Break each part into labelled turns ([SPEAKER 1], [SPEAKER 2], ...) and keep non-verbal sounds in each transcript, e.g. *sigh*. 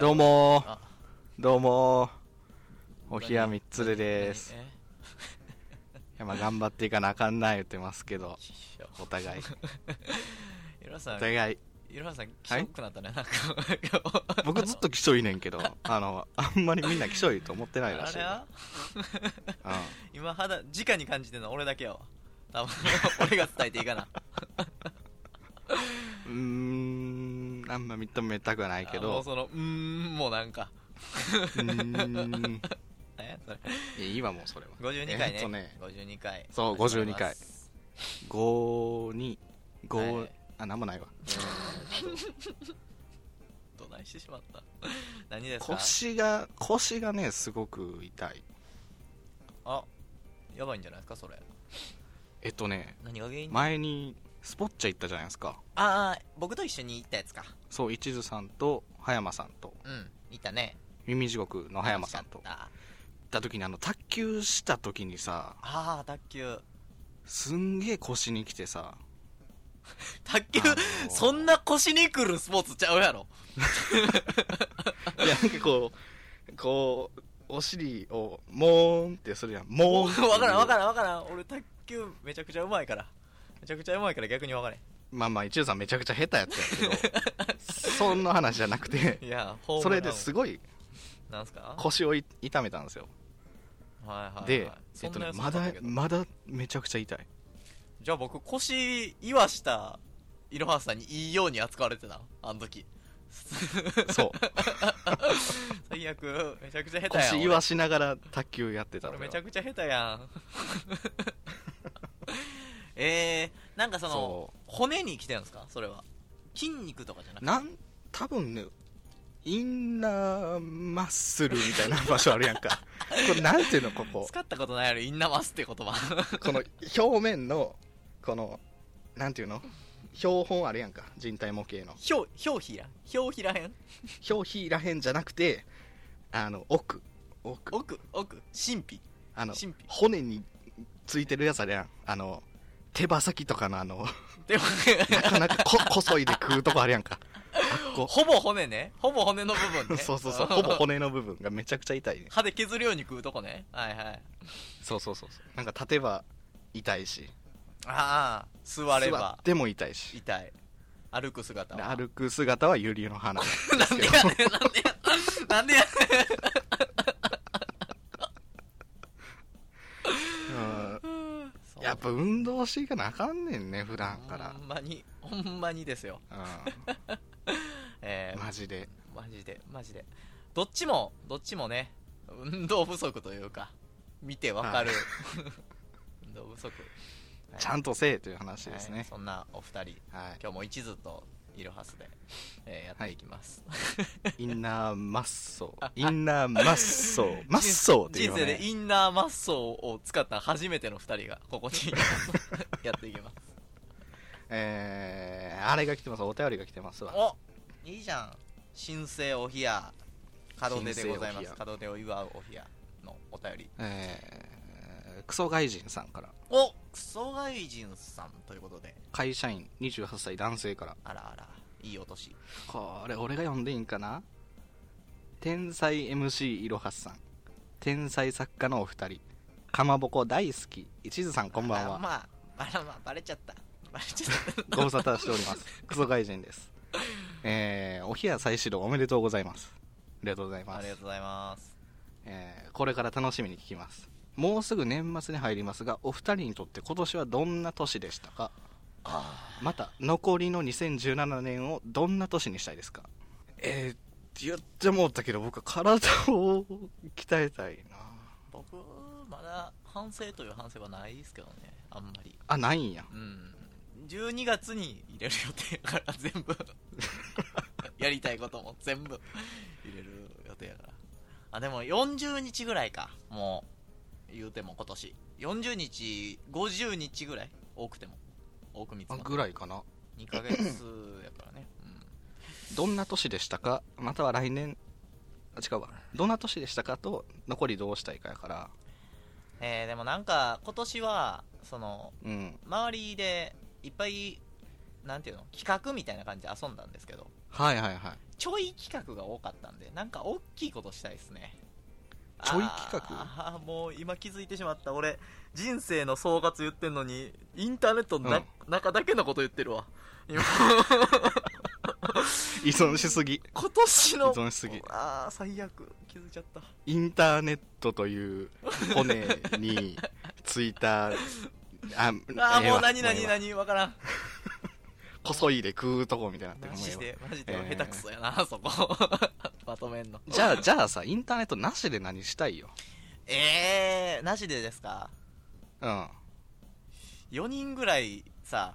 [SPEAKER 1] どうもー
[SPEAKER 2] あ
[SPEAKER 1] どうもーおひやみっつるです。い
[SPEAKER 2] 何え
[SPEAKER 1] や、まあ、頑張っていかなあかんな言ってますけ
[SPEAKER 2] *laughs*
[SPEAKER 1] ど、
[SPEAKER 2] いや
[SPEAKER 1] お互い。
[SPEAKER 2] いろは
[SPEAKER 1] お
[SPEAKER 2] さん、い
[SPEAKER 1] 互い。
[SPEAKER 2] ろはさん、き
[SPEAKER 1] は
[SPEAKER 2] し
[SPEAKER 1] い
[SPEAKER 2] ょくなったね、なんか。
[SPEAKER 1] 僕ずっときしょいねんけど、あの、あんまりみんなきしょいと思ってないら
[SPEAKER 2] あ
[SPEAKER 1] しい
[SPEAKER 2] れは
[SPEAKER 1] わ。うん。
[SPEAKER 2] 今肌、直に感じてるのは俺だけやわ。多分、俺が伝えていいかな。
[SPEAKER 1] うーん、あんま認めたくはないけ
[SPEAKER 2] あもう
[SPEAKER 1] ど、
[SPEAKER 2] その、うーん、もうなんか。
[SPEAKER 1] うーん。
[SPEAKER 2] 何やそれ
[SPEAKER 1] いやいいわ、もうそれは。
[SPEAKER 2] 52回ね。
[SPEAKER 1] えっとね、
[SPEAKER 2] 52回。
[SPEAKER 1] そう52回5に、
[SPEAKER 2] は
[SPEAKER 1] 5
[SPEAKER 2] い、
[SPEAKER 1] あ、なんもないわ。
[SPEAKER 2] どないしてしまった。何ですか
[SPEAKER 1] 腰が、腰がね、すごく痛い。
[SPEAKER 2] あ、やばいんじゃないですか、それ。
[SPEAKER 1] えっとね、
[SPEAKER 2] 何が原因
[SPEAKER 1] 前にスポッチャ行ったじゃないですか
[SPEAKER 2] ああ、僕と一緒に行ったやつか。
[SPEAKER 1] そう一途さんと葉山さんと
[SPEAKER 2] うん、行ったね。
[SPEAKER 1] 耳地獄の葉山さんと行っ
[SPEAKER 2] あ
[SPEAKER 1] た時にあの卓球した時にさ
[SPEAKER 2] あー、卓球。
[SPEAKER 1] すんげえ腰に来てさ
[SPEAKER 2] 卓球、
[SPEAKER 1] あのー
[SPEAKER 2] そんな腰にくるスポーツちゃうやろ。
[SPEAKER 1] *laughs* いやなんかこうこうお尻をモーンってするやんモーンっていう
[SPEAKER 2] わからんわからんわからん。俺卓球めちゃくちゃうまいから。めちゃくちゃうまいから逆にわから
[SPEAKER 1] まあまあ一途さんめちゃくちゃ下手やったん *laughs* やけどそんな話じゃなくて
[SPEAKER 2] ん。いや、ホーム
[SPEAKER 1] そ
[SPEAKER 2] ラン
[SPEAKER 1] れですごい
[SPEAKER 2] なんすか
[SPEAKER 1] 腰をい痛めたんですよ
[SPEAKER 2] はいはいはい。
[SPEAKER 1] でえ
[SPEAKER 2] そ
[SPEAKER 1] っと
[SPEAKER 2] んなや
[SPEAKER 1] ね
[SPEAKER 2] つだ
[SPEAKER 1] ま
[SPEAKER 2] った
[SPEAKER 1] だ
[SPEAKER 2] けど
[SPEAKER 1] まだめちゃくちゃ痛い
[SPEAKER 2] じゃあ僕腰、岩下、いろはさんにいいように扱われてた。あの時。
[SPEAKER 1] *laughs* そう
[SPEAKER 2] 最悪、めちゃくちゃ下手やん。
[SPEAKER 1] 腰
[SPEAKER 2] 俺
[SPEAKER 1] 言わしながら卓球やってた
[SPEAKER 2] 俺
[SPEAKER 1] の
[SPEAKER 2] め
[SPEAKER 1] よ
[SPEAKER 2] ちゃくちゃ下手や
[SPEAKER 1] *laughs*
[SPEAKER 2] ん。えー、なんかその、
[SPEAKER 1] そう
[SPEAKER 2] 骨に来てるんですかそれは。筋肉とかじゃなくて。
[SPEAKER 1] なん多分ねインナーマッスルみたいな場所あるやん *laughs* かこれなんていうのこ *laughs* こ
[SPEAKER 2] 使ったことないやろ、インナーマスって言葉。
[SPEAKER 1] この表面のこのなんていうの標本あるやんか人体模型の
[SPEAKER 2] ひょう、ひょうひらひょうひらへん
[SPEAKER 1] 表皮らへんじゃなくてあの奥奥
[SPEAKER 2] 奥、奥、神秘。
[SPEAKER 1] あの
[SPEAKER 2] 神秘
[SPEAKER 1] 骨についてるやつあるやんあの手羽先とかのあの *laughs*
[SPEAKER 2] でも、
[SPEAKER 1] なかなかここそいで食うとこあるやんかあっこ
[SPEAKER 2] *laughs* ほぼ骨ね。ほぼ骨の部 *laughs* 分ね。
[SPEAKER 1] そうそうそうほぼ骨の部分がめちゃくちゃ痛いね
[SPEAKER 2] 歯で削るように食うとこね。はいはい。
[SPEAKER 1] そうそうそうそうなんか立てば痛いし
[SPEAKER 2] ああ、座れば
[SPEAKER 1] っ。ても痛いし
[SPEAKER 2] 痛い。歩く姿は。
[SPEAKER 1] 歩く姿はユリの花 *laughs*
[SPEAKER 2] *laughs* なんでやねん、なんでや、なんでや
[SPEAKER 1] う
[SPEAKER 2] ねん。そ
[SPEAKER 1] ん
[SPEAKER 2] う
[SPEAKER 1] やっぱ運動していかなあかんねんね普段か
[SPEAKER 2] ほんまに、ほんまにですよ。
[SPEAKER 1] ら、
[SPEAKER 2] え
[SPEAKER 1] うん、 *laughs*
[SPEAKER 2] ー、
[SPEAKER 1] マジで
[SPEAKER 2] マジで、マジで。どっちも、どっちもね、運動不足というか、見てわかる。 *laughs*
[SPEAKER 1] は
[SPEAKER 2] 運動不足。はい
[SPEAKER 1] ちゃんとせえという話です
[SPEAKER 2] は
[SPEAKER 1] ね
[SPEAKER 2] いそんなお二人、
[SPEAKER 1] はい
[SPEAKER 2] 今日も一途といろはすで、えーやっていきます。
[SPEAKER 1] インナーマッソ *laughs* ーインナーマッソーマッソーっていう
[SPEAKER 2] 人
[SPEAKER 1] の
[SPEAKER 2] 生
[SPEAKER 1] ね
[SPEAKER 2] でインナーマッソーを使った初めての二人が、ここに *laughs* やっていき
[SPEAKER 1] *laughs*
[SPEAKER 2] ます。
[SPEAKER 1] えー、あれが来てますお便りが来てますわ
[SPEAKER 2] おいいじゃん。新生おひや、門出でございま
[SPEAKER 1] 新生お
[SPEAKER 2] す。
[SPEAKER 1] 冷
[SPEAKER 2] 門出を祝うおひやのお便り。
[SPEAKER 1] えー、クソ外人さんから
[SPEAKER 2] おクソ外人さんということで。
[SPEAKER 1] 会社員28歳男性から
[SPEAKER 2] あらあら、いいお年。
[SPEAKER 1] これ俺が読んでいいんかな天才 MC いろはさん天才作家のお二人かまぼこ大好き一途さんこんばん
[SPEAKER 2] あら
[SPEAKER 1] は
[SPEAKER 2] まあ、あらまあ、バレちゃった。バレちゃった。
[SPEAKER 1] ご無沙汰しておりますクソ外人ですえー、お冷や再始動おめでとうございますありがとうござい
[SPEAKER 2] *laughs*
[SPEAKER 1] ま
[SPEAKER 2] ありが
[SPEAKER 1] す
[SPEAKER 2] とうございます。
[SPEAKER 1] えーこれから楽しみに聞きますもうすぐ年末に入りますがお二人にとって今年はどんな年でしたかまた残りの2017年をどんな年にしたいですかえー、言ってもったけど僕は体を鍛えたいな
[SPEAKER 2] 僕、まだ反省という反省はないですけどね、あんまり。
[SPEAKER 1] あないんや
[SPEAKER 2] うん。12月に入れる予定やから、全 *laughs* 部。やりたいことも全部入れる予定やから。あ、でも40日ぐらいか。もう、言うても今年。40日、50日ぐらい多くても。多く見つ
[SPEAKER 1] あ
[SPEAKER 2] か
[SPEAKER 1] ぐらいかな
[SPEAKER 2] 2ヶ月やからね。うん。
[SPEAKER 1] どんな年でしたかまたは来年あ違うわどんな年でしたかと残りどうしたいかやから
[SPEAKER 2] えー、でもなんか今年はその
[SPEAKER 1] うん
[SPEAKER 2] 周りでいっぱいなんていうの企画みたいな感じで遊んだんですけど
[SPEAKER 1] はいはいはい
[SPEAKER 2] ちょい企画が多かったんでなんか大きいことしたいですね
[SPEAKER 1] ちょい企画
[SPEAKER 2] あーもう今気づいてしまった俺人生の総括言ってんのにインターネットのな、
[SPEAKER 1] うん
[SPEAKER 2] 中だけのこと言ってるわ今
[SPEAKER 1] 依存しすぎ
[SPEAKER 2] 今年の
[SPEAKER 1] 依存しすぎ
[SPEAKER 2] ああ最悪気づいちゃった
[SPEAKER 1] インターネットという骨についた *laughs*
[SPEAKER 2] あ
[SPEAKER 1] あ
[SPEAKER 2] あ
[SPEAKER 1] ええ
[SPEAKER 2] もう
[SPEAKER 1] わ
[SPEAKER 2] 何何
[SPEAKER 1] ええわ
[SPEAKER 2] 何わからん
[SPEAKER 1] こそいで食うとこみたいになっ
[SPEAKER 2] マ
[SPEAKER 1] てる
[SPEAKER 2] ジ
[SPEAKER 1] もうえ
[SPEAKER 2] でマジで
[SPEAKER 1] ええ
[SPEAKER 2] 下手くそやな、そ
[SPEAKER 1] *laughs*
[SPEAKER 2] こまとめんの
[SPEAKER 1] えわじゃあじゃあさインターネットなしで何したいよ
[SPEAKER 2] ええー、なしでですか
[SPEAKER 1] うん
[SPEAKER 2] 4人ぐらいさ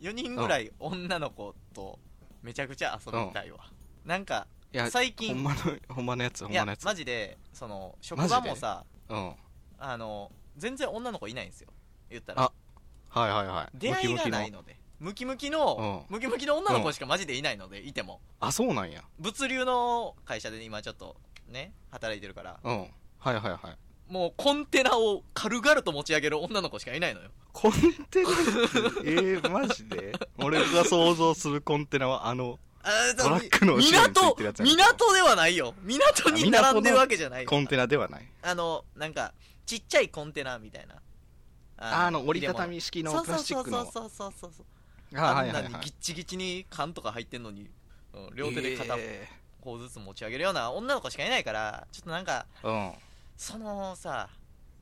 [SPEAKER 2] 4人ぐらい女の子とめちゃくちゃ遊びたいわ、なんか
[SPEAKER 1] いや
[SPEAKER 2] 最近
[SPEAKER 1] ほんまの *laughs* ほんまのやつほ
[SPEAKER 2] い
[SPEAKER 1] んま
[SPEAKER 2] や
[SPEAKER 1] のやつ
[SPEAKER 2] マジでその職
[SPEAKER 1] マジで
[SPEAKER 2] 場もさ
[SPEAKER 1] うんはい
[SPEAKER 2] あの全然女の子いないんですよ言った
[SPEAKER 1] あ
[SPEAKER 2] ら
[SPEAKER 1] はいはい
[SPEAKER 2] 出会いがな
[SPEAKER 1] ムキムキ
[SPEAKER 2] い
[SPEAKER 1] の
[SPEAKER 2] のでムキムキのムキムキの女の子しかマジでいないのでいても
[SPEAKER 1] あそうなんや
[SPEAKER 2] 物流の会社で今ちょっとね働いてるから
[SPEAKER 1] うんはいはいはい
[SPEAKER 2] もうコンテナを軽々と持ち上げる女の子しかいないのよ
[SPEAKER 1] コン *laughs* テナってえー、マジで俺が想像するコンテナはあの
[SPEAKER 2] あー
[SPEAKER 1] トラックの後ろについてるやつ
[SPEAKER 2] 港
[SPEAKER 1] やん
[SPEAKER 2] 港ではないよ港に並んでるわけじゃないよ
[SPEAKER 1] コンテナではない
[SPEAKER 2] あのなんかちっちゃいコンテナみたいな
[SPEAKER 1] あの折りたた
[SPEAKER 2] 入
[SPEAKER 1] み式
[SPEAKER 2] れ
[SPEAKER 1] の
[SPEAKER 2] 物
[SPEAKER 1] プラスチックの
[SPEAKER 2] そうそうそうそうそうそう
[SPEAKER 1] あ
[SPEAKER 2] あ
[SPEAKER 1] は
[SPEAKER 2] ん
[SPEAKER 1] い
[SPEAKER 2] な
[SPEAKER 1] はい
[SPEAKER 2] に
[SPEAKER 1] はい
[SPEAKER 2] ギッチギチに缶とか入ってんのに、うん両手で片
[SPEAKER 1] え
[SPEAKER 2] 方ずつ持ち上げるような女の子しかいないからちょっとなんか
[SPEAKER 1] ーうん
[SPEAKER 2] そのさ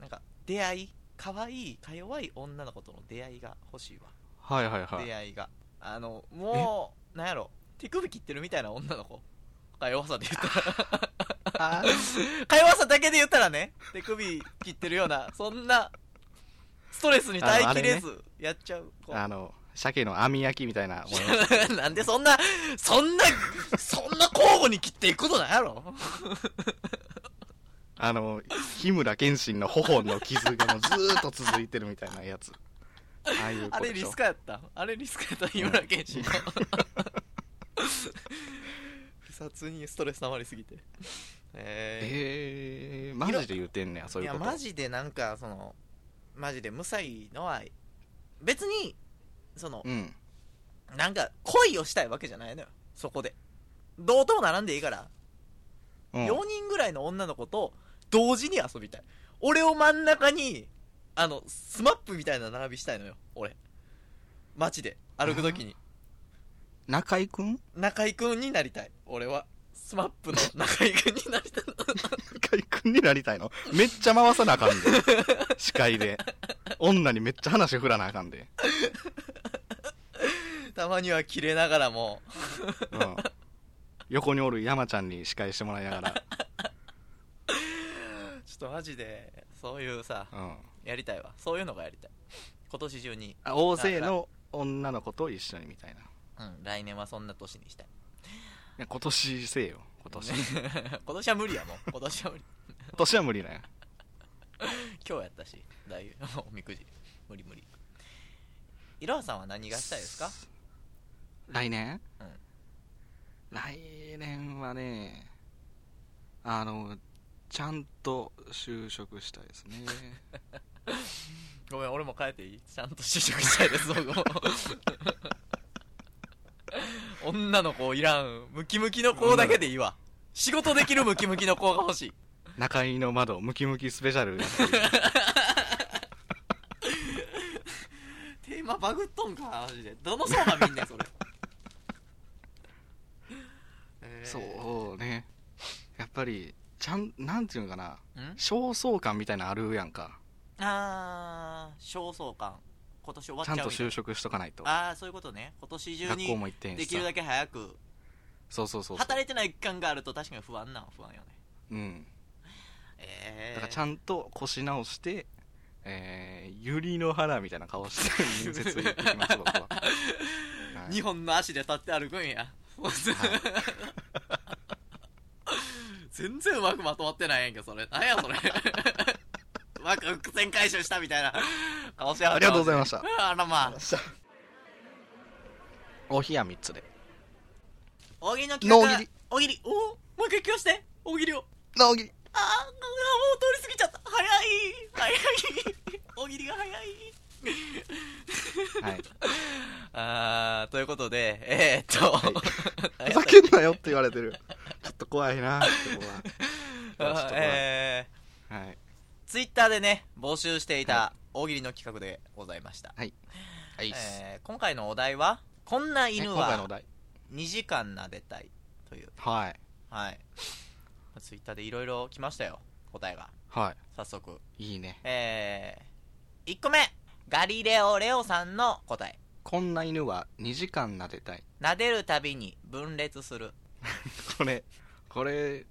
[SPEAKER 2] なんか出会い可愛いか弱い女の子との出会いが欲しいわ
[SPEAKER 1] はいはいはい
[SPEAKER 2] 出会いがあのもうなんやろ手首切ってるみたいな女の子か弱さで言ったら
[SPEAKER 1] あ
[SPEAKER 2] *laughs* か弱さだけで言ったらね手首切ってるようなそんなストレスに耐えきれずやっちゃう子、
[SPEAKER 1] *laughs* あの鮭の網焼きみたいなも
[SPEAKER 2] *laughs* なんでそんなそんなそんな交互に切っていくことなんやろ
[SPEAKER 1] あの日村謙信の頬の傷がもうずーっと続いてるみたいなやつああいう
[SPEAKER 2] あ
[SPEAKER 1] 子
[SPEAKER 2] れ
[SPEAKER 1] で
[SPEAKER 2] リ
[SPEAKER 1] しょ
[SPEAKER 2] スカやったあれリスカやった井村健 *laughs* 志の不殺にストレス溜まりすぎてえー
[SPEAKER 1] えー、マジで言うてんねやそういうこと
[SPEAKER 2] やマジでなんかそのマジでむさいのは別にその、
[SPEAKER 1] うん
[SPEAKER 2] なんか恋をしたいわけじゃないのよそこでどうともならんでいいから、
[SPEAKER 1] うん
[SPEAKER 2] 4人ぐらいの女の子と同時に遊びたい俺を真ん中にあのスマップみたいな並びしたいのよ俺街で歩く時に
[SPEAKER 1] 中居君
[SPEAKER 2] 中居君になりたい俺はスマップの中居君になりたい *laughs*
[SPEAKER 1] 中居君になりたいのめっちゃ回さなあかんで司会で女にめっちゃ話振らなあかんで、
[SPEAKER 2] たまにはキレながらも
[SPEAKER 1] うん、横におる山ちゃんに司会してもらいながら、
[SPEAKER 2] ちょっとマジでそういうさ
[SPEAKER 1] うん、
[SPEAKER 2] やりたいわそういうのがやりたい今年中に、
[SPEAKER 1] あ大勢の女の子と一緒にみたいな
[SPEAKER 2] うん、来年はそんな年にしたい
[SPEAKER 1] いや今年せえよ今年今
[SPEAKER 2] *laughs* 今年は無理やもん今年は無理
[SPEAKER 1] 年は無理だよ
[SPEAKER 2] 今日やったしだいぶ *laughs* おみくじ無理無理いろはさんは何がしたいですか
[SPEAKER 1] 来年、
[SPEAKER 2] うん
[SPEAKER 1] 来年はねあのちゃんと就職したいです
[SPEAKER 2] *laughs*
[SPEAKER 1] ね
[SPEAKER 2] ごめん俺も変えていいちゃんと就職したいです僕 *laughs* も女の子いらんムキムキの子だけでいいわ仕事できるムキムキの子が欲しい
[SPEAKER 1] 中井の窓ムキムキスペシャルやってる
[SPEAKER 2] テーマバグっとんかマジでどの層がみんな *laughs* それえー
[SPEAKER 1] *laughs* そうねやっぱりちゃんなんていうのかなん焦燥感みたいなのあるやんか
[SPEAKER 2] あー焦燥感今年終わっ
[SPEAKER 1] ち
[SPEAKER 2] ち
[SPEAKER 1] ゃ
[SPEAKER 2] ゃうんみたい
[SPEAKER 1] と
[SPEAKER 2] な
[SPEAKER 1] 就職しとかないと
[SPEAKER 2] ああそういうことね今年中
[SPEAKER 1] 学校
[SPEAKER 2] に
[SPEAKER 1] も行ってへんし
[SPEAKER 2] で
[SPEAKER 1] さ
[SPEAKER 2] きるだけ早く
[SPEAKER 1] そうそうそうそう
[SPEAKER 2] 働いてない期間があると確かに不安なの不安よね
[SPEAKER 1] うん
[SPEAKER 2] ええ
[SPEAKER 1] だからちゃんと腰直してえー、百合の花みたいな顔して面接行ってきます
[SPEAKER 2] *laughs*
[SPEAKER 1] 僕は、はい
[SPEAKER 2] 2本の足で立って歩くんや全然うまくまとまってないやんけそれなんやそれうまく伏線回収したみたいな顔しやが
[SPEAKER 1] あ
[SPEAKER 2] っ
[SPEAKER 1] り
[SPEAKER 2] て
[SPEAKER 1] がとうございました
[SPEAKER 2] あらまあ
[SPEAKER 1] お冷や3つで
[SPEAKER 2] 大喜利の企画
[SPEAKER 1] 大喜利
[SPEAKER 2] 大喜利おもう一回聞かして大喜利を
[SPEAKER 1] 直木
[SPEAKER 2] あーあーもう通り過ぎちゃった早い早い大喜利が早い
[SPEAKER 1] はい
[SPEAKER 2] *laughs*
[SPEAKER 1] *laughs*
[SPEAKER 2] あーということでえー、っと、何やった
[SPEAKER 1] いふざ
[SPEAKER 2] っ
[SPEAKER 1] けんなだよって言われてるちょっと怖いなそこ *laughs* はちょっと怖い
[SPEAKER 2] えー、
[SPEAKER 1] はい
[SPEAKER 2] ツイッターでね、募集していた大喜利の企画でございました。
[SPEAKER 1] はいっす
[SPEAKER 2] えー今回のお題は、こんな
[SPEAKER 1] ね
[SPEAKER 2] 犬
[SPEAKER 1] 今回のお
[SPEAKER 2] は
[SPEAKER 1] 題
[SPEAKER 2] 2時間撫でたいという。
[SPEAKER 1] はい
[SPEAKER 2] はい。ツイッターでいろいろ来ましたよ、答えが。
[SPEAKER 1] は
[SPEAKER 2] 早速。
[SPEAKER 1] いいいね
[SPEAKER 2] えー、1個目、ガリレオ・レオさんの答え。
[SPEAKER 1] こんな犬は2時間撫でたい
[SPEAKER 2] 撫でるたびに分裂する。
[SPEAKER 1] これこれ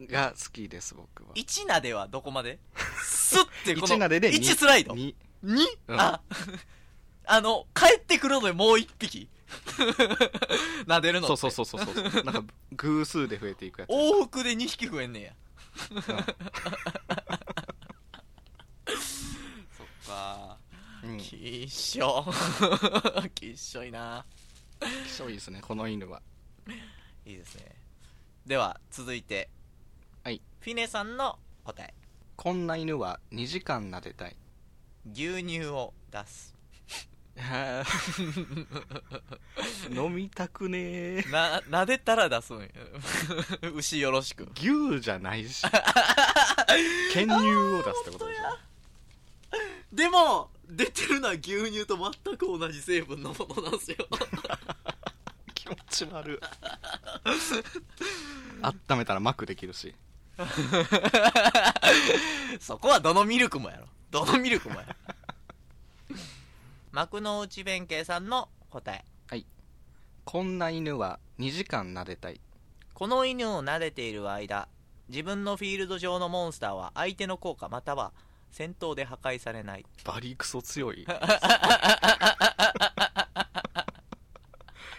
[SPEAKER 1] が好きです僕は
[SPEAKER 2] 1撫ではどこまでスッてこの、
[SPEAKER 1] *laughs* 一撫でで
[SPEAKER 2] 1スライド。
[SPEAKER 1] に
[SPEAKER 2] 2?
[SPEAKER 1] うん
[SPEAKER 2] あ、 *laughs* あの、帰ってくるのでもう1匹。 *laughs* 撫でるのって
[SPEAKER 1] そうそうそうそう *laughs* そうなんか偶数で増えていくやつ
[SPEAKER 2] 往復で2匹増えんねや。そっか。
[SPEAKER 1] うんき
[SPEAKER 2] きっしょ。 *laughs* きっしょいな。
[SPEAKER 1] しょいですねこの犬はい
[SPEAKER 2] いですね。では、続いて。
[SPEAKER 1] はい。
[SPEAKER 2] フィネさんの答え。
[SPEAKER 1] こんな犬は2時間撫でたい
[SPEAKER 2] 牛乳を出
[SPEAKER 1] *laughs*
[SPEAKER 2] す。
[SPEAKER 1] 飲みたくねえ
[SPEAKER 2] な、撫でたら出すんや。 *laughs* 牛よろしく。
[SPEAKER 1] 牛じゃない *laughs* し犬乳を出すってことでし
[SPEAKER 2] でも、出てるのは牛乳と全く同じ成分のものなんですよ。
[SPEAKER 1] ょ気持ち悪い温めたらマックできるし
[SPEAKER 2] *laughs* そこはどのミルクもやろどのミルクもやろ幕の内弁慶さんの答え
[SPEAKER 1] こんな犬は2時間撫でたい
[SPEAKER 2] この犬を撫でている間自分のフィールド上のモンスターは相手の効果または戦闘で破壊されない
[SPEAKER 1] バリクソ強い *laughs*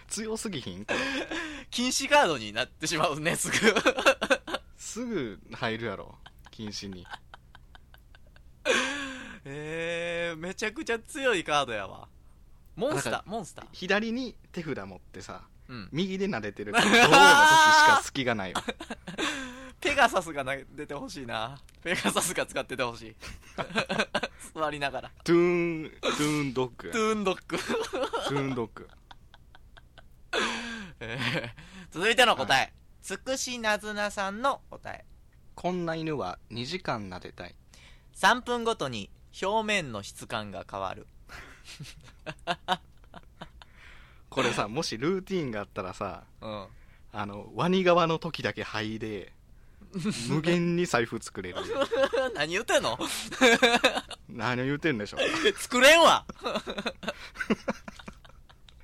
[SPEAKER 1] 強すぎひんこれ
[SPEAKER 2] 禁止カードになってしまうね *laughs* すぐ
[SPEAKER 1] すぐ入るやろ禁止に
[SPEAKER 2] えー、めちゃくちゃ強いカードやわモンスタ
[SPEAKER 1] なん
[SPEAKER 2] ーモンスター
[SPEAKER 1] 左に手札持ってさ
[SPEAKER 2] うん
[SPEAKER 1] 右で撫でてる *laughs* からどうの時しか隙がないわ
[SPEAKER 2] ペガサスが出てほしいなペガサスが使っててほしい *laughs* 座りながら
[SPEAKER 1] トゥーントゥーンドッグや
[SPEAKER 2] トゥーンドッグ
[SPEAKER 1] トゥーンドッグ
[SPEAKER 2] えー続いての答え、つくしなずなさんの答え
[SPEAKER 1] こんな犬は2時間撫でたい
[SPEAKER 2] 3分ごとに表面の質感が変わる
[SPEAKER 1] こ
[SPEAKER 2] *laughs*
[SPEAKER 1] れさもしルーティンがあったらさ
[SPEAKER 2] うん
[SPEAKER 1] あのワニ側の時だけ肺で無限に財布
[SPEAKER 2] *laughs*
[SPEAKER 1] 作れる
[SPEAKER 2] *laughs* 何言ってんの
[SPEAKER 1] 何を言うてんでしょう
[SPEAKER 2] 作れんわ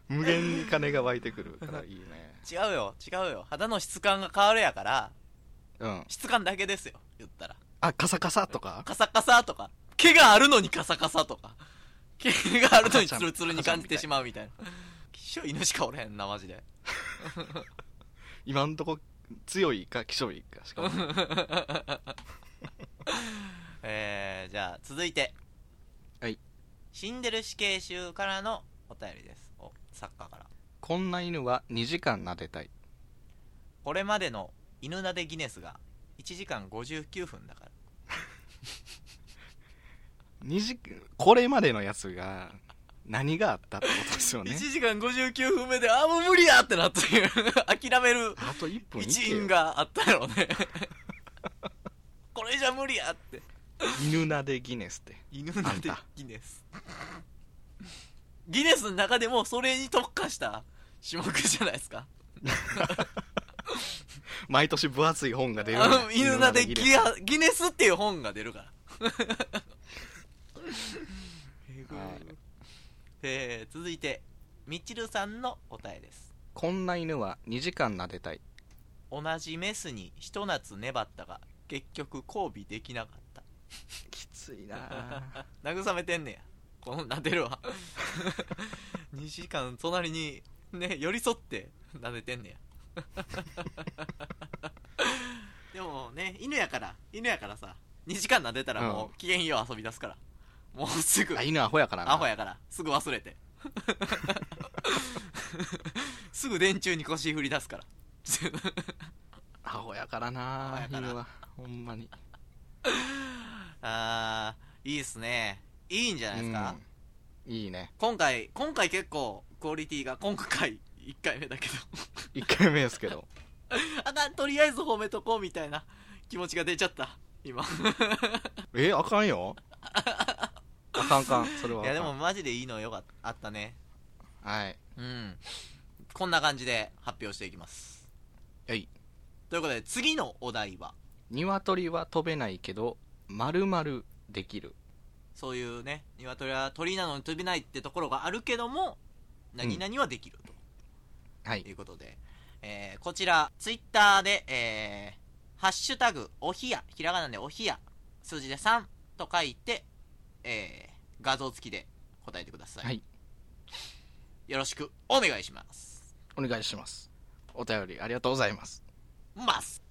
[SPEAKER 1] 無限に金が湧いてくるからいいね
[SPEAKER 2] 違うよ違うよ肌の質感が変わるやから
[SPEAKER 1] うん
[SPEAKER 2] 質感だけですよ言ったら
[SPEAKER 1] あカサカサとか
[SPEAKER 2] カサカサとか毛があるのにカサカサとか毛があるのにツルツルに感じてしまうみたいなきっしょ犬しかおれへんなマジで
[SPEAKER 1] 今んとこ強いか希少いかしかも
[SPEAKER 2] *laughs* えー、じゃあ続いて
[SPEAKER 1] はい
[SPEAKER 2] 死んでる死刑囚からのお便りですおサッカーから
[SPEAKER 1] こんな犬は2時間撫でたい
[SPEAKER 2] これまでの犬なでギネスが1時間59分だから
[SPEAKER 1] 2時これまでのやつが何があったってことですよね
[SPEAKER 2] 1時間59分目であもう無理やってなっていう *laughs* 諦める
[SPEAKER 1] あと1分い
[SPEAKER 2] 一
[SPEAKER 1] けよ
[SPEAKER 2] 因があったやろね *laughs* これじゃ無理やって
[SPEAKER 1] 犬なでギネスって
[SPEAKER 2] 犬なでギネスギネスの中でもそれに特化した種目じゃないですか
[SPEAKER 1] 毎年分厚い本が出るね、
[SPEAKER 2] あの犬なでギ
[SPEAKER 1] ア
[SPEAKER 2] アギネスっていう本が出るからえぐい
[SPEAKER 1] はい
[SPEAKER 2] えー続いてみちるさんの答えです
[SPEAKER 1] こんな犬は2時間撫でたい
[SPEAKER 2] 同じメスにひと夏粘ったが結局交尾できなかった
[SPEAKER 1] きついな
[SPEAKER 2] *laughs* 慰めてんねやこの撫でるわ2時間隣にね寄り添って撫でてんねや *laughs* でもね犬やから犬やからさ2時間撫でたらも
[SPEAKER 1] うん
[SPEAKER 2] う機嫌いいよ遊び出すからもうすぐ
[SPEAKER 1] *laughs* あ犬アホやからな
[SPEAKER 2] アホやからすぐ忘れて *laughs* すぐ電柱に腰振り出すから *laughs*
[SPEAKER 1] アホやから
[SPEAKER 2] アホ
[SPEAKER 1] な
[SPEAKER 2] やから
[SPEAKER 1] 犬はほんまに
[SPEAKER 2] あーいいっすねいいんじゃないですか、
[SPEAKER 1] うんいいね
[SPEAKER 2] 今回今回結構クオリティが今回1回目だけど *laughs*
[SPEAKER 1] 1回目ですけど *laughs*
[SPEAKER 2] あかんとりあえず褒めとこうみたいな気持ちが出ちゃった今
[SPEAKER 1] えあかんよあかんあかんそれはい
[SPEAKER 2] や
[SPEAKER 1] あかん
[SPEAKER 2] でもマジでいいのよかっあったね
[SPEAKER 1] はい
[SPEAKER 2] うんこんな感じで発表していきます
[SPEAKER 1] はい
[SPEAKER 2] ということで次のお題は
[SPEAKER 1] 鶏は飛べないけど丸々できる
[SPEAKER 2] そういうね鶏は鳥なのに飛びないってところがあるけども何々はできると
[SPEAKER 1] はい
[SPEAKER 2] いうことで、えーこちらツイッターで、えーハッシュタグおひやひらがなでおひや数字で3と書いて、えー画像付きで答えてください、
[SPEAKER 1] はい
[SPEAKER 2] よろしくお願いします
[SPEAKER 1] お願いしますお便りありがとうございます
[SPEAKER 2] ます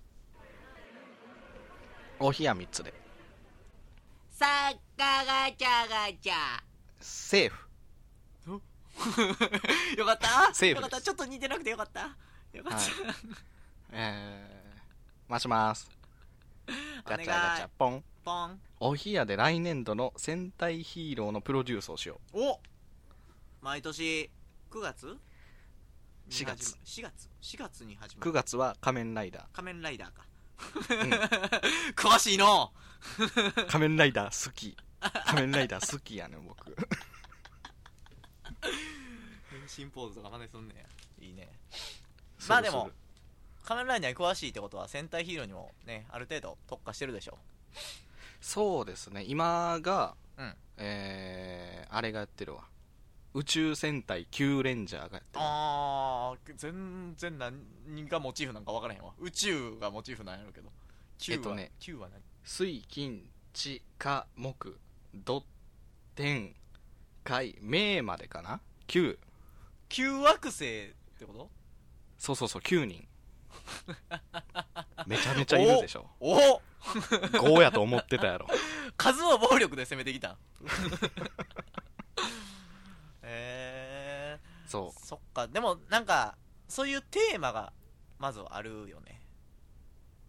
[SPEAKER 1] お冷や3つで
[SPEAKER 2] サッカーガチャガチャ
[SPEAKER 1] セーフ
[SPEAKER 2] よかった
[SPEAKER 1] セー
[SPEAKER 2] よ
[SPEAKER 1] フです
[SPEAKER 2] かったちょっと似てなくてよかったよかった、
[SPEAKER 1] はいえー、回しますガチャガチャポン
[SPEAKER 2] ポン
[SPEAKER 1] お冷やで来年度の戦隊ヒーローのプロデュースをしよ
[SPEAKER 2] お毎年9月
[SPEAKER 1] 4月
[SPEAKER 2] 4月4月に始
[SPEAKER 1] う
[SPEAKER 2] ま
[SPEAKER 1] 9
[SPEAKER 2] る
[SPEAKER 1] 月は仮面ライダ
[SPEAKER 2] 仮面ライダーか、
[SPEAKER 1] ん
[SPEAKER 2] *laughs* 詳しいの *laughs*
[SPEAKER 1] ー仮面ライダー好き仮面ライダー好きやねん僕
[SPEAKER 2] 新ポーズとか真似すんねやいいね *laughs* まあでも仮面ライダーに詳しいってことは戦隊ヒーローにもねある程度特化してるでしょ
[SPEAKER 1] そうですね今が、
[SPEAKER 2] うん
[SPEAKER 1] えー、あれがやってるわ宇宙戦隊キューレンジャーがやってる
[SPEAKER 2] ああ全然何がモチーフなんか分からへんわ宇宙がモチーフなんやろうけど
[SPEAKER 1] えっとね
[SPEAKER 2] 9は何
[SPEAKER 1] 水金地火木土天海明までかな9
[SPEAKER 2] 9惑星ってこと
[SPEAKER 1] そうそうそう9人 *laughs* めちゃめちゃいるでしょ
[SPEAKER 2] おお
[SPEAKER 1] 5やと思ってたやろ
[SPEAKER 2] 数の暴力で攻めてき *laughs* たえー、
[SPEAKER 1] そう
[SPEAKER 2] そっかでもなんかそういうテーマがまずあるよね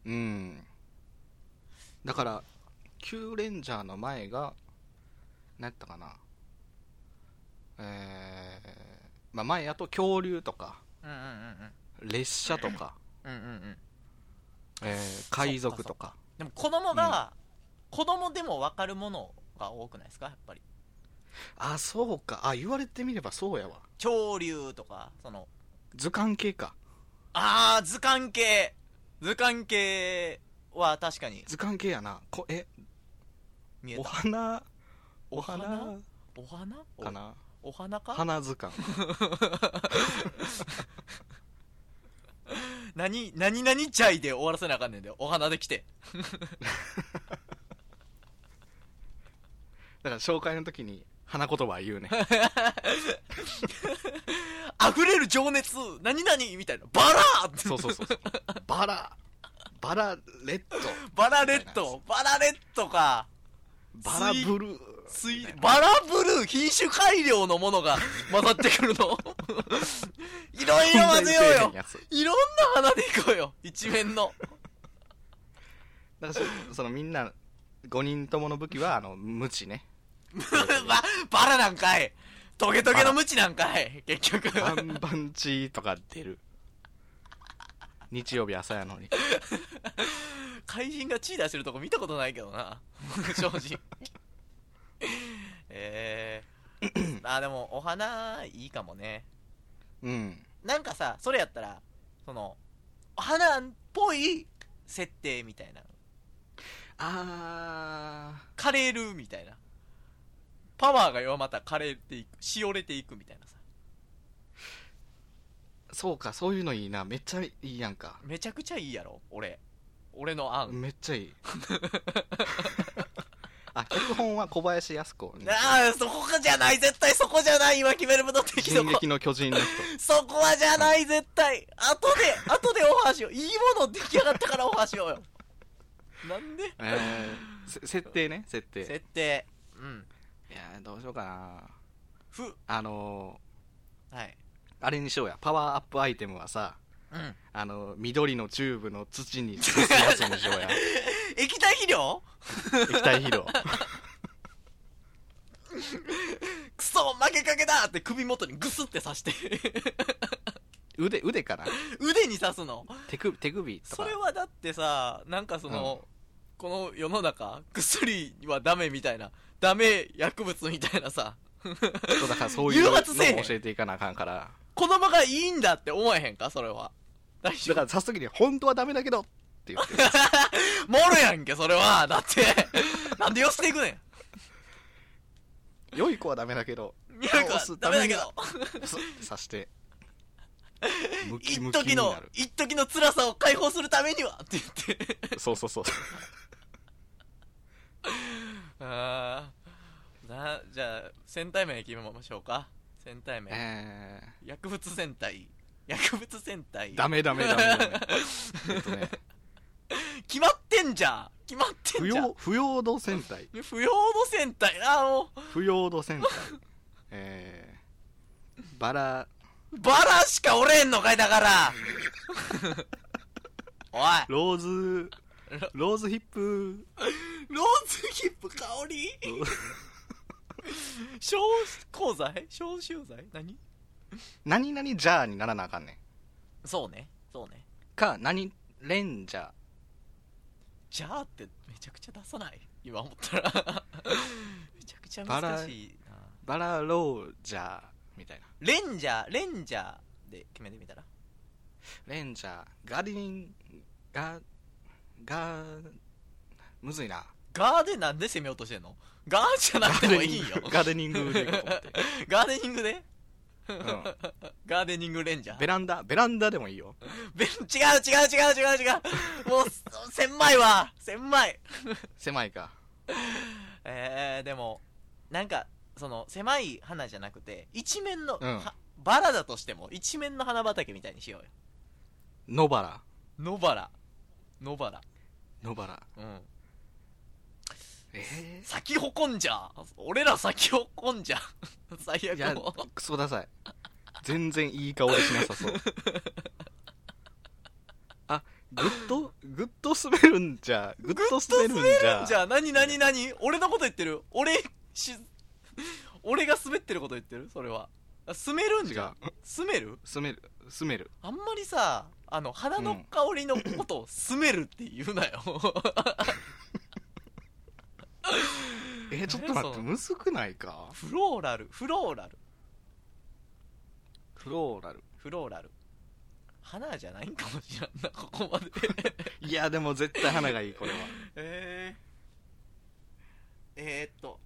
[SPEAKER 1] うんだから旧レンジャーの前が何やったかなえー、まあ前やと恐竜とか
[SPEAKER 2] うんうん
[SPEAKER 1] 列車とか、
[SPEAKER 2] うんうんうんうんうん
[SPEAKER 1] えー海賊とか
[SPEAKER 2] でも子供が、子供でも分かるものが多くないですかやっぱり
[SPEAKER 1] あそうかあ言われてみればそうやわ
[SPEAKER 2] 潮流とかその
[SPEAKER 1] 図鑑系か
[SPEAKER 2] ああ図鑑系図鑑系は確かに
[SPEAKER 1] 図鑑系やなこえ
[SPEAKER 2] 見え
[SPEAKER 1] お
[SPEAKER 2] た
[SPEAKER 1] 花
[SPEAKER 2] お
[SPEAKER 1] お
[SPEAKER 2] 花
[SPEAKER 1] 花
[SPEAKER 2] お花お
[SPEAKER 1] かな
[SPEAKER 2] お花か
[SPEAKER 1] 花図鑑
[SPEAKER 2] 何何々チャイで終わらせなあかんねんでお花で来て
[SPEAKER 1] だから紹介の時に花言
[SPEAKER 2] *laughs*
[SPEAKER 1] 葉言うね
[SPEAKER 2] 溢れる情熱何々みたいなバラって
[SPEAKER 1] そうそうそ
[SPEAKER 2] *laughs*
[SPEAKER 1] うそうバラバラレッド
[SPEAKER 2] バラレッドバラレッドか
[SPEAKER 1] バラブルー
[SPEAKER 2] スイ
[SPEAKER 1] みたいな
[SPEAKER 2] バラブルー品種改良のものが混ざってくる
[SPEAKER 1] *laughs*
[SPEAKER 2] のいろいろ混ぜよう
[SPEAKER 1] こんなにせえへ
[SPEAKER 2] よ
[SPEAKER 1] んやつ *laughs* だ
[SPEAKER 2] いろんな花でいこうよ一面の
[SPEAKER 1] からそそのみんな5人ともの武器はあの無
[SPEAKER 2] *laughs*
[SPEAKER 1] 知ね
[SPEAKER 2] ババラなんかいトゲトゲのムチなんかい結局
[SPEAKER 1] バンバンチーとか出る日曜日朝やのに
[SPEAKER 2] 怪人が血出してるとこ見たことないけどな *laughs* 正直えー、あでもお花いいかもね
[SPEAKER 1] うん
[SPEAKER 2] なんかさそれやったらそのお花っぽい設定みたいな
[SPEAKER 1] あ
[SPEAKER 2] 枯れるみたいなパワーが弱まったら枯れていくしおれていくみたいなさ
[SPEAKER 1] ーそうかそういうのいいなめっちゃいいやんか
[SPEAKER 2] めちゃくちゃいいやろ俺俺の案、
[SPEAKER 1] めっちゃいい
[SPEAKER 2] *laughs*
[SPEAKER 1] あ脚本は小林靖子
[SPEAKER 2] ああそこかじゃない絶対そこじゃない今決めることできそ
[SPEAKER 1] 進
[SPEAKER 2] こ
[SPEAKER 1] 撃の巨人の人
[SPEAKER 2] そこはじゃない絶対後で後でオファーしよういいもの出来上がったからオファーしようよなんで
[SPEAKER 1] *laughs* えーせ設定ね設定
[SPEAKER 2] 設定うん
[SPEAKER 1] いやーどうしようかな
[SPEAKER 2] ふ
[SPEAKER 1] あの
[SPEAKER 2] はい
[SPEAKER 1] ーあれにしようやパワーアップアイテムはさ
[SPEAKER 2] うん
[SPEAKER 1] あの緑のチューブの土にすすやつにしよ
[SPEAKER 2] *laughs*
[SPEAKER 1] うや
[SPEAKER 2] 液体肥料
[SPEAKER 1] 液体肥料
[SPEAKER 2] クソ負けかけだって首元にグスって刺して
[SPEAKER 1] 腕腕かな
[SPEAKER 2] *laughs* 腕に刺すの
[SPEAKER 1] 手首手首とか
[SPEAKER 2] それはだってさなんかその、この世の中薬はダメみたいなダメ薬物みたいなさ
[SPEAKER 1] そうだからそういうの
[SPEAKER 2] 誘発せえへん
[SPEAKER 1] も教えていかなあかんから
[SPEAKER 2] このままいいんだって思えへんかそれは大丈
[SPEAKER 1] だ
[SPEAKER 2] 夫
[SPEAKER 1] から刺す時に「本当はダメだけど」って言ってる
[SPEAKER 2] *laughs* モロやんけそれはだって *laughs* なんで寄せていくねん
[SPEAKER 1] 良い子はダメだけど
[SPEAKER 2] ミルク
[SPEAKER 1] 倒
[SPEAKER 2] は
[SPEAKER 1] す
[SPEAKER 2] ダ
[SPEAKER 1] た
[SPEAKER 2] メ
[SPEAKER 1] め
[SPEAKER 2] だ
[SPEAKER 1] に
[SPEAKER 2] けど
[SPEAKER 1] スッて刺
[SPEAKER 2] *laughs*
[SPEAKER 1] してムキ
[SPEAKER 2] 一
[SPEAKER 1] ムキ
[SPEAKER 2] 時
[SPEAKER 1] に
[SPEAKER 2] の
[SPEAKER 1] なる
[SPEAKER 2] 一時の辛さを解放するためにはって言って
[SPEAKER 1] そうそうそう
[SPEAKER 2] *laughs* あーなじゃあ戦隊名決めましょうか戦隊名、
[SPEAKER 1] え
[SPEAKER 2] 薬物戦隊薬物戦隊
[SPEAKER 1] ー、ダメダメダメ
[SPEAKER 2] *laughs*
[SPEAKER 1] ダメ *laughs* えっとね
[SPEAKER 2] 決まってんじゃん決まってん
[SPEAKER 1] *laughs* 不
[SPEAKER 2] じゃん
[SPEAKER 1] 要不要度戦隊
[SPEAKER 2] 不要の戦隊あーも
[SPEAKER 1] 不要度戦隊えー、バラ
[SPEAKER 2] うバラしかおれんのかいだから *laughs* おい
[SPEAKER 1] ローズローズヒップ *laughs*
[SPEAKER 2] ローズヒップ香り消香剤消臭剤何
[SPEAKER 1] 何々ジャーにならなあかんねん
[SPEAKER 2] そうねそうね
[SPEAKER 1] か何レンジャー
[SPEAKER 2] じゃあってめちゃくちゃ出さない今思ったらめちゃくちゃ難しいな
[SPEAKER 1] バラロージャーみたいな
[SPEAKER 2] レンジャーレンジャーで決めてみたら
[SPEAKER 1] レンジャーガーディンガガむずいな
[SPEAKER 2] ガーデンなんで攻め落としてんのガーじゃな
[SPEAKER 1] ガ
[SPEAKER 2] くて
[SPEAKER 1] ー
[SPEAKER 2] も
[SPEAKER 1] デ
[SPEAKER 2] いい
[SPEAKER 1] ニン
[SPEAKER 2] よ
[SPEAKER 1] グガーデニングでいこうと思って
[SPEAKER 2] ガーデニングで
[SPEAKER 1] う
[SPEAKER 2] ガーデニングレンジャ
[SPEAKER 1] ん、
[SPEAKER 2] ー
[SPEAKER 1] ベランダベランダでもいい *laughs* よ
[SPEAKER 2] *laughs* べ違う違う違う違う違うもうそ狭いわ狭い
[SPEAKER 1] 狭いか
[SPEAKER 2] えー、でもなんかその狭い花じゃなくて一面の、
[SPEAKER 1] うん
[SPEAKER 2] はバラだとしても一面の花畑みたいにしようよ
[SPEAKER 1] 野原
[SPEAKER 2] 野バ野バラ
[SPEAKER 1] 野原
[SPEAKER 2] うん
[SPEAKER 1] え
[SPEAKER 2] 咲き誇んじゃ俺ら咲き誇んじゃ *laughs* 最
[SPEAKER 1] え
[SPEAKER 2] 悪
[SPEAKER 1] いや
[SPEAKER 2] も
[SPEAKER 1] クソダサい全然いい顔でしなさそうあグッとグッと滑るんじゃグッと滑るんじゃ
[SPEAKER 2] じゃあ何何何俺のこと言ってる俺し *laughs* 俺が滑ってること言ってるそれはあ滑るんじゃん
[SPEAKER 1] 違う
[SPEAKER 2] 滑る
[SPEAKER 1] 滑る滑る
[SPEAKER 2] あんまりさあの花の香りのことを滑るって言うなよ
[SPEAKER 1] えーちょっと待って
[SPEAKER 2] その
[SPEAKER 1] むずくないか
[SPEAKER 2] フローラルフローラル
[SPEAKER 1] フローラル
[SPEAKER 2] フローラル花じゃないんかもしらんなここまで
[SPEAKER 1] いやでも絶対花がいいこれは
[SPEAKER 2] *laughs* えー、えー、っと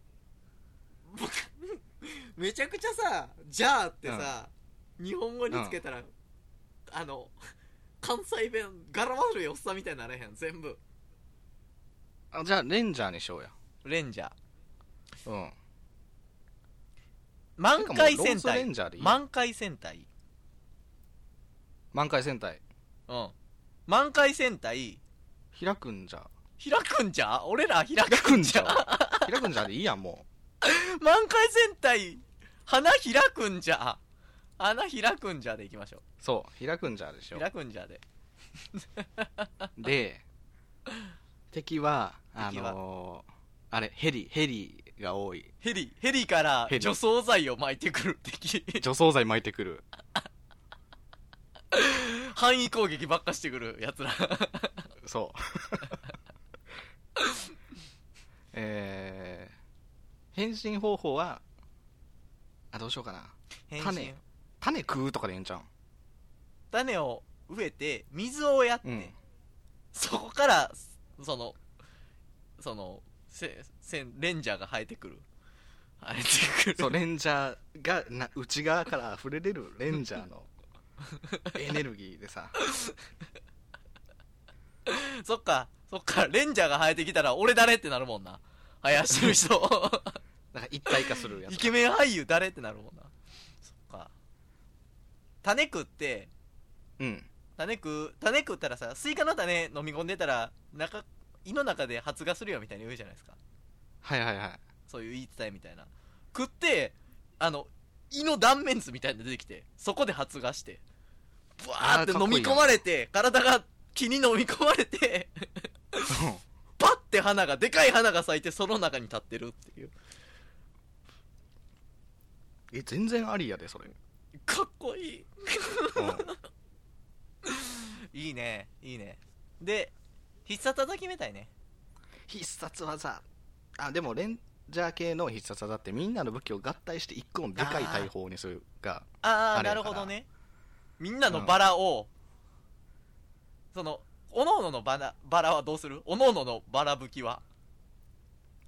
[SPEAKER 2] 僕めちゃくちゃさ「じゃあ」ってさ、日本語につけたら、あの関西弁柄悪いおっさんみたいになれへん全部
[SPEAKER 1] あじゃあレンジャーにしようや
[SPEAKER 2] レンジャー
[SPEAKER 1] うん
[SPEAKER 2] 満開
[SPEAKER 1] てかもうロ
[SPEAKER 2] 戦
[SPEAKER 1] ーズレン
[SPEAKER 2] 隊
[SPEAKER 1] ジャーでいい
[SPEAKER 2] 満開戦隊
[SPEAKER 1] 満開戦隊
[SPEAKER 2] うん満開戦隊
[SPEAKER 1] 開くんじゃ
[SPEAKER 2] 開くんじゃ俺ら開
[SPEAKER 1] 開
[SPEAKER 2] く
[SPEAKER 1] く
[SPEAKER 2] ん
[SPEAKER 1] ん
[SPEAKER 2] じ
[SPEAKER 1] じ
[SPEAKER 2] ゃ
[SPEAKER 1] ゃ開くんじゃでいいやんも
[SPEAKER 2] 満開戦隊花開くんじゃ穴開くんじゃでいきましょ
[SPEAKER 1] うそう開くんじゃでし
[SPEAKER 2] う
[SPEAKER 1] ょ
[SPEAKER 2] 開くんじゃで
[SPEAKER 1] で敵はあ
[SPEAKER 2] 敵は
[SPEAKER 1] のーあれヘリヘリが多い
[SPEAKER 2] ヘリヘリから
[SPEAKER 1] ヘリ
[SPEAKER 2] 除草剤を巻いてくる敵
[SPEAKER 1] 除草剤巻いてくる
[SPEAKER 2] 範囲攻撃ばっかしてくるやつら
[SPEAKER 1] そう *laughs* えー、変身方法はあどうしようかな
[SPEAKER 2] 変身
[SPEAKER 1] *laughs* 種種食うとかでええんちゃ
[SPEAKER 2] 種を植えて水をやって、
[SPEAKER 1] *laughs* うん、うん、
[SPEAKER 2] そこからそのそのせせんレンジャーが生えてくる生えてくる
[SPEAKER 1] そうレンジャーがな内側から溢れ出るレンジャー *laughs* のエネルギーでさ
[SPEAKER 2] *laughs* そっかそっかレンジャーが生えてきたら俺誰ってなるもんな林の
[SPEAKER 1] *laughs*
[SPEAKER 2] 人
[SPEAKER 1] なんか一体化するや
[SPEAKER 2] イ
[SPEAKER 1] つ
[SPEAKER 2] ケメン俳優誰ってなるもんなそっか種食って
[SPEAKER 1] うん
[SPEAKER 2] 種食う種食ったらさスイカの種飲み込んでたら中胃の中で発芽するよみたいに言うじゃないですか
[SPEAKER 1] はいはいはい *laughs*
[SPEAKER 2] そういう言い伝えみたいな食ってあの胃の断面図みたいなの出てきてそこで発芽してブワーって
[SPEAKER 1] あーか
[SPEAKER 2] 飲
[SPEAKER 1] っこいい
[SPEAKER 2] み込まれて体が気に飲み込まれてパッて花がでかい花が咲いてその中に立ってるっていう
[SPEAKER 1] え全然ありやでそれ、
[SPEAKER 2] かっこいい
[SPEAKER 1] うん
[SPEAKER 2] いいねいいねで必殺技決めたいね
[SPEAKER 1] 必殺技あでもレンジャー系の必殺技ってみんなの武器を合体して一個のでかい大砲にするが
[SPEAKER 2] ああ
[SPEAKER 1] あ
[SPEAKER 2] な
[SPEAKER 1] れや
[SPEAKER 2] る
[SPEAKER 1] から
[SPEAKER 2] ほどねみんなのバラを、そのおのおののバラバラはどうするおのおののバラ武器は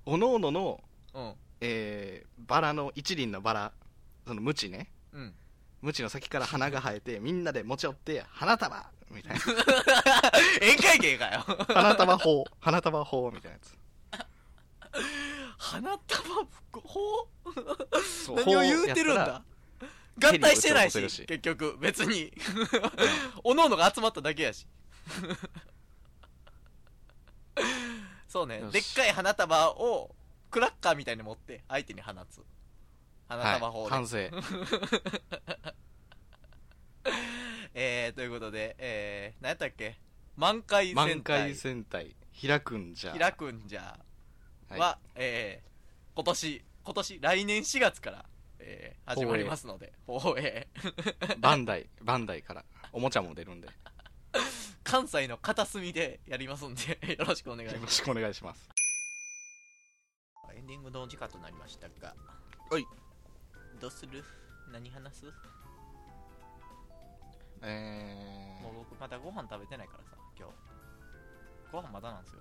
[SPEAKER 1] おのおのの、
[SPEAKER 2] うん
[SPEAKER 1] えーバラの一輪のバラその無知ね
[SPEAKER 2] うん
[SPEAKER 1] 無知の先から花が生えてみんなで持ち寄って花束み
[SPEAKER 2] *laughs*
[SPEAKER 1] たいな
[SPEAKER 2] 宴会芸か *laughs* よ
[SPEAKER 1] 花束砲花束砲みたいなやつ
[SPEAKER 2] 花束ぶっこほう
[SPEAKER 1] そう
[SPEAKER 2] 何を言うてるん
[SPEAKER 1] 砲や
[SPEAKER 2] だ
[SPEAKER 1] っ
[SPEAKER 2] 合体してない
[SPEAKER 1] ヘリ
[SPEAKER 2] し
[SPEAKER 1] 撃ち落とせ
[SPEAKER 2] 結局
[SPEAKER 1] るし
[SPEAKER 2] 別におのおのが集まっただけやし *laughs* そうね
[SPEAKER 1] よし
[SPEAKER 2] でっかい花束をクラッカーみたいに持って相手に放つ
[SPEAKER 1] た
[SPEAKER 2] 花
[SPEAKER 1] ら
[SPEAKER 2] 束砲
[SPEAKER 1] はい、
[SPEAKER 2] で、
[SPEAKER 1] 完成
[SPEAKER 2] えー、ということで、えー、何やったっけ満開戦隊
[SPEAKER 1] 満開戦隊開くんじゃ
[SPEAKER 2] 開くんじゃは、
[SPEAKER 1] は
[SPEAKER 2] えー、今年今年来年4月から、えー、始まりますので放映 *laughs*
[SPEAKER 1] いバンダイバンダイからおもちゃも出るんでよ
[SPEAKER 2] 関西の片隅でやりますんでよろしくお願いしま
[SPEAKER 1] ろ
[SPEAKER 2] す
[SPEAKER 1] しくお願いします
[SPEAKER 2] エンディングのお時間となりましたが
[SPEAKER 1] はい
[SPEAKER 2] どうする何話す、
[SPEAKER 1] え
[SPEAKER 2] もう僕まだご飯食べてないからさ今日ご飯まだなんですよ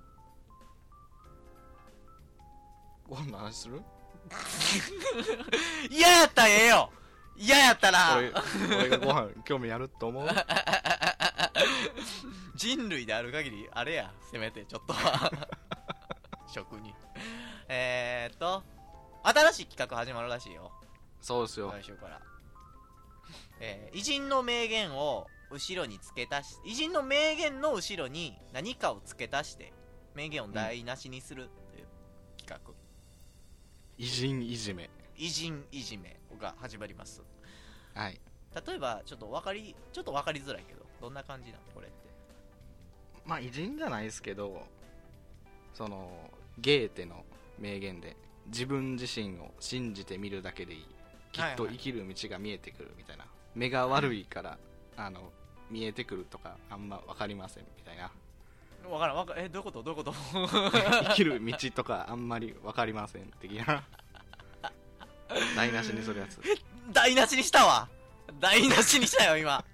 [SPEAKER 1] ー、ご飯の話する
[SPEAKER 2] *laughs* 嫌やったらええよ嫌やったら
[SPEAKER 1] 俺俺がご飯興味あると思う
[SPEAKER 2] 人類である限りあれやせめてちょっと *laughs* は食にえーっと新しい企画始まるらしいよ
[SPEAKER 1] *laughs* そうですよ
[SPEAKER 2] 来週から *laughs* えー偉人の名言を後ろに付け足し偉人の名言の後ろに何かを付け足して名言を台無しにするという企画、
[SPEAKER 1] 偉人いじめ
[SPEAKER 2] 偉人いじめが始まります
[SPEAKER 1] はい
[SPEAKER 2] 例えばちょっと分かりちょっと分かりづらいけどどんな感じなのこれって
[SPEAKER 1] まあ偉人じゃないですけどそのゲーテの名言で自分自身を信じてみるだけでいいきっと生きる道が見えてくるみたいな、目が悪いからあの見えてくるとかあんま分かりませんみたい *laughs* な
[SPEAKER 2] 分からんわかえどういうことどういうこと *laughs*
[SPEAKER 1] 生きる道とかあんまり分かりません的 *laughs* な台無しにするやつ
[SPEAKER 2] 台無しにしたわ台無しにしたよ今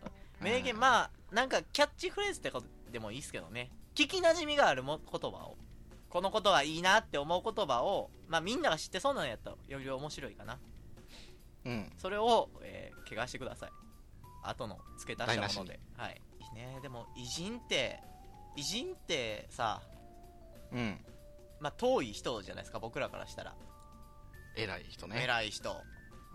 [SPEAKER 2] 名
[SPEAKER 1] う
[SPEAKER 2] 言
[SPEAKER 1] ん
[SPEAKER 2] まあなんかキャッチフレーズってことでもいいですけどね聞きなじみがあるも言葉をこのことはいいなって思う言葉をまあみんなが知ってそうなのやったらより面白いかな
[SPEAKER 1] うん
[SPEAKER 2] それを、えー、怪我してください後の付け足したものではいいいねでも偉人って偉人ってさ
[SPEAKER 1] うん
[SPEAKER 2] まあ遠い人じゃないですか僕らからしたら
[SPEAKER 1] 偉い人ね
[SPEAKER 2] 偉い人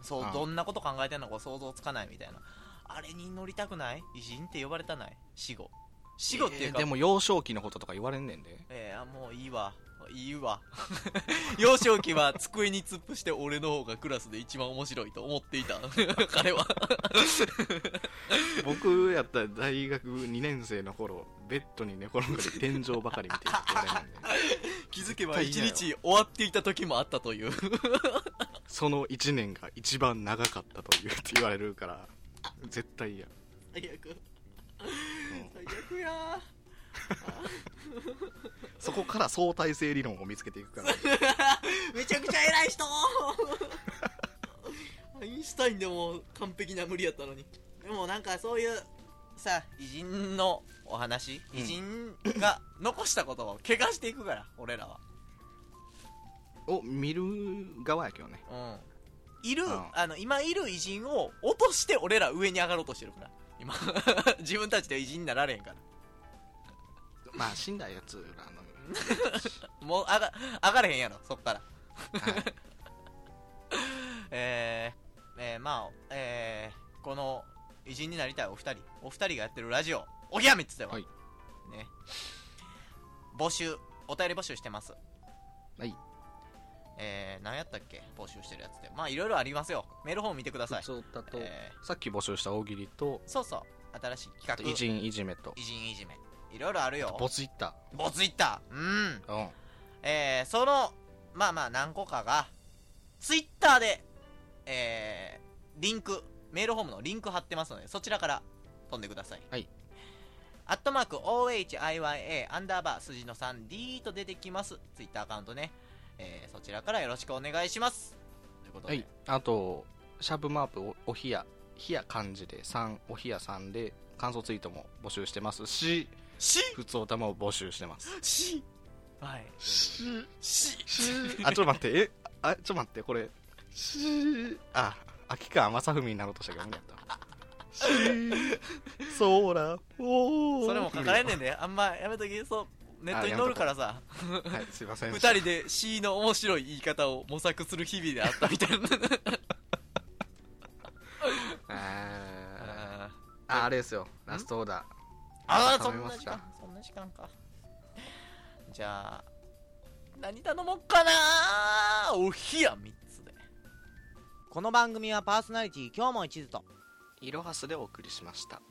[SPEAKER 2] そう、
[SPEAKER 1] うん
[SPEAKER 2] どんなこと考えてんのか想像つかないみたいなあれに乗りたくない偉人って呼ばれたない死後死後っていうか、
[SPEAKER 1] えーでも幼少期のこととか言われんねんで
[SPEAKER 2] えーあもういいわいいわ *laughs* 幼少期は机に突っ伏して俺の方がクラスで一番面白いと思っていた *laughs* 彼は
[SPEAKER 1] *laughs* 僕やったら大学2年生の頃ベッドに寝転がり天井ばかり見てるって言われるんで *laughs*
[SPEAKER 2] 気づけば
[SPEAKER 1] 絶
[SPEAKER 2] 一
[SPEAKER 1] 対嫌よ
[SPEAKER 2] 日終わっていた時もあったという
[SPEAKER 1] その1年が一番長かったというって言われるから絶対嫌
[SPEAKER 2] 最悪
[SPEAKER 1] ん
[SPEAKER 2] 最悪や
[SPEAKER 1] そこから相対性理論を見つけていく *laughs* から
[SPEAKER 2] めちゃくちゃ偉い人アインシュタインでも完璧な無理やったのにでもなんかそういうさ偉人のお話
[SPEAKER 1] うん
[SPEAKER 2] 偉人が残した言葉を怪我していくから俺らは
[SPEAKER 1] を見る側やけどね
[SPEAKER 2] うんいる、
[SPEAKER 1] うん
[SPEAKER 2] あの今いる偉人を落として俺ら上に上がろうとしてるから今 *laughs* 自分たちで偉人になられへんから
[SPEAKER 1] まあ死んだやつらの
[SPEAKER 2] もう上が上がれへんやろそっから
[SPEAKER 1] はい
[SPEAKER 2] えー、えー、まあえー、この偉人になりたいお二人お二人がやってるラジオおぎやみっつっては、
[SPEAKER 1] はい
[SPEAKER 2] ね募集お便り募集してます
[SPEAKER 1] はい
[SPEAKER 2] えー、何やったっけ募集してるやつってまあいろいろありますよメールフォーム見てください、
[SPEAKER 1] そうだと
[SPEAKER 2] え
[SPEAKER 1] さっき募集した大喜利と
[SPEAKER 2] ー、そうそう新しい
[SPEAKER 1] あ
[SPEAKER 2] 企
[SPEAKER 1] と
[SPEAKER 2] 画
[SPEAKER 1] 偉人いじめと
[SPEAKER 2] 偉人いじめいろいろあるよ
[SPEAKER 1] ボツイッタ
[SPEAKER 2] ボツイッターうん
[SPEAKER 1] ーうん
[SPEAKER 2] えー、そのまあまあ何個かがツイッターでえー、リンクメールホームのリンク貼ってますのでそちらから飛んでください
[SPEAKER 1] はい
[SPEAKER 2] アットマーク OHIYA アンダーバー数字の 3D と出てきます。ツイッターアカウントね。えーそちらからよろしくお願いします。ということで、
[SPEAKER 1] はい、あとシャープマープおおひやひや漢字で3おひやさんで感想ツイートも募集してますし
[SPEAKER 2] し
[SPEAKER 1] 普通おたまを募集してます
[SPEAKER 2] しはい。
[SPEAKER 1] し
[SPEAKER 2] し
[SPEAKER 1] *laughs* あちょっと待ってえあちょっと待ってこれしあ秋川雅史になろうとしたけど無理やったし *laughs* ソーラおー
[SPEAKER 2] *laughs* それも書かれんねんで、あんまやめとき、そう、ネットに載るからさ、
[SPEAKER 1] はいすいません
[SPEAKER 2] 二人で C の面白い言い方を模索する日々であったみたいな。
[SPEAKER 1] あー
[SPEAKER 2] *laughs* あー
[SPEAKER 1] ああれですよラストオーダー
[SPEAKER 2] あー、そ
[SPEAKER 1] 食べ
[SPEAKER 2] んな
[SPEAKER 1] ま
[SPEAKER 2] 時
[SPEAKER 1] すか
[SPEAKER 2] 間、そんな時間か。じゃあ、何頼もうかなおひや3つで。
[SPEAKER 3] この番組はパーソナリティ今日も一途と
[SPEAKER 1] いろはすでお送りしました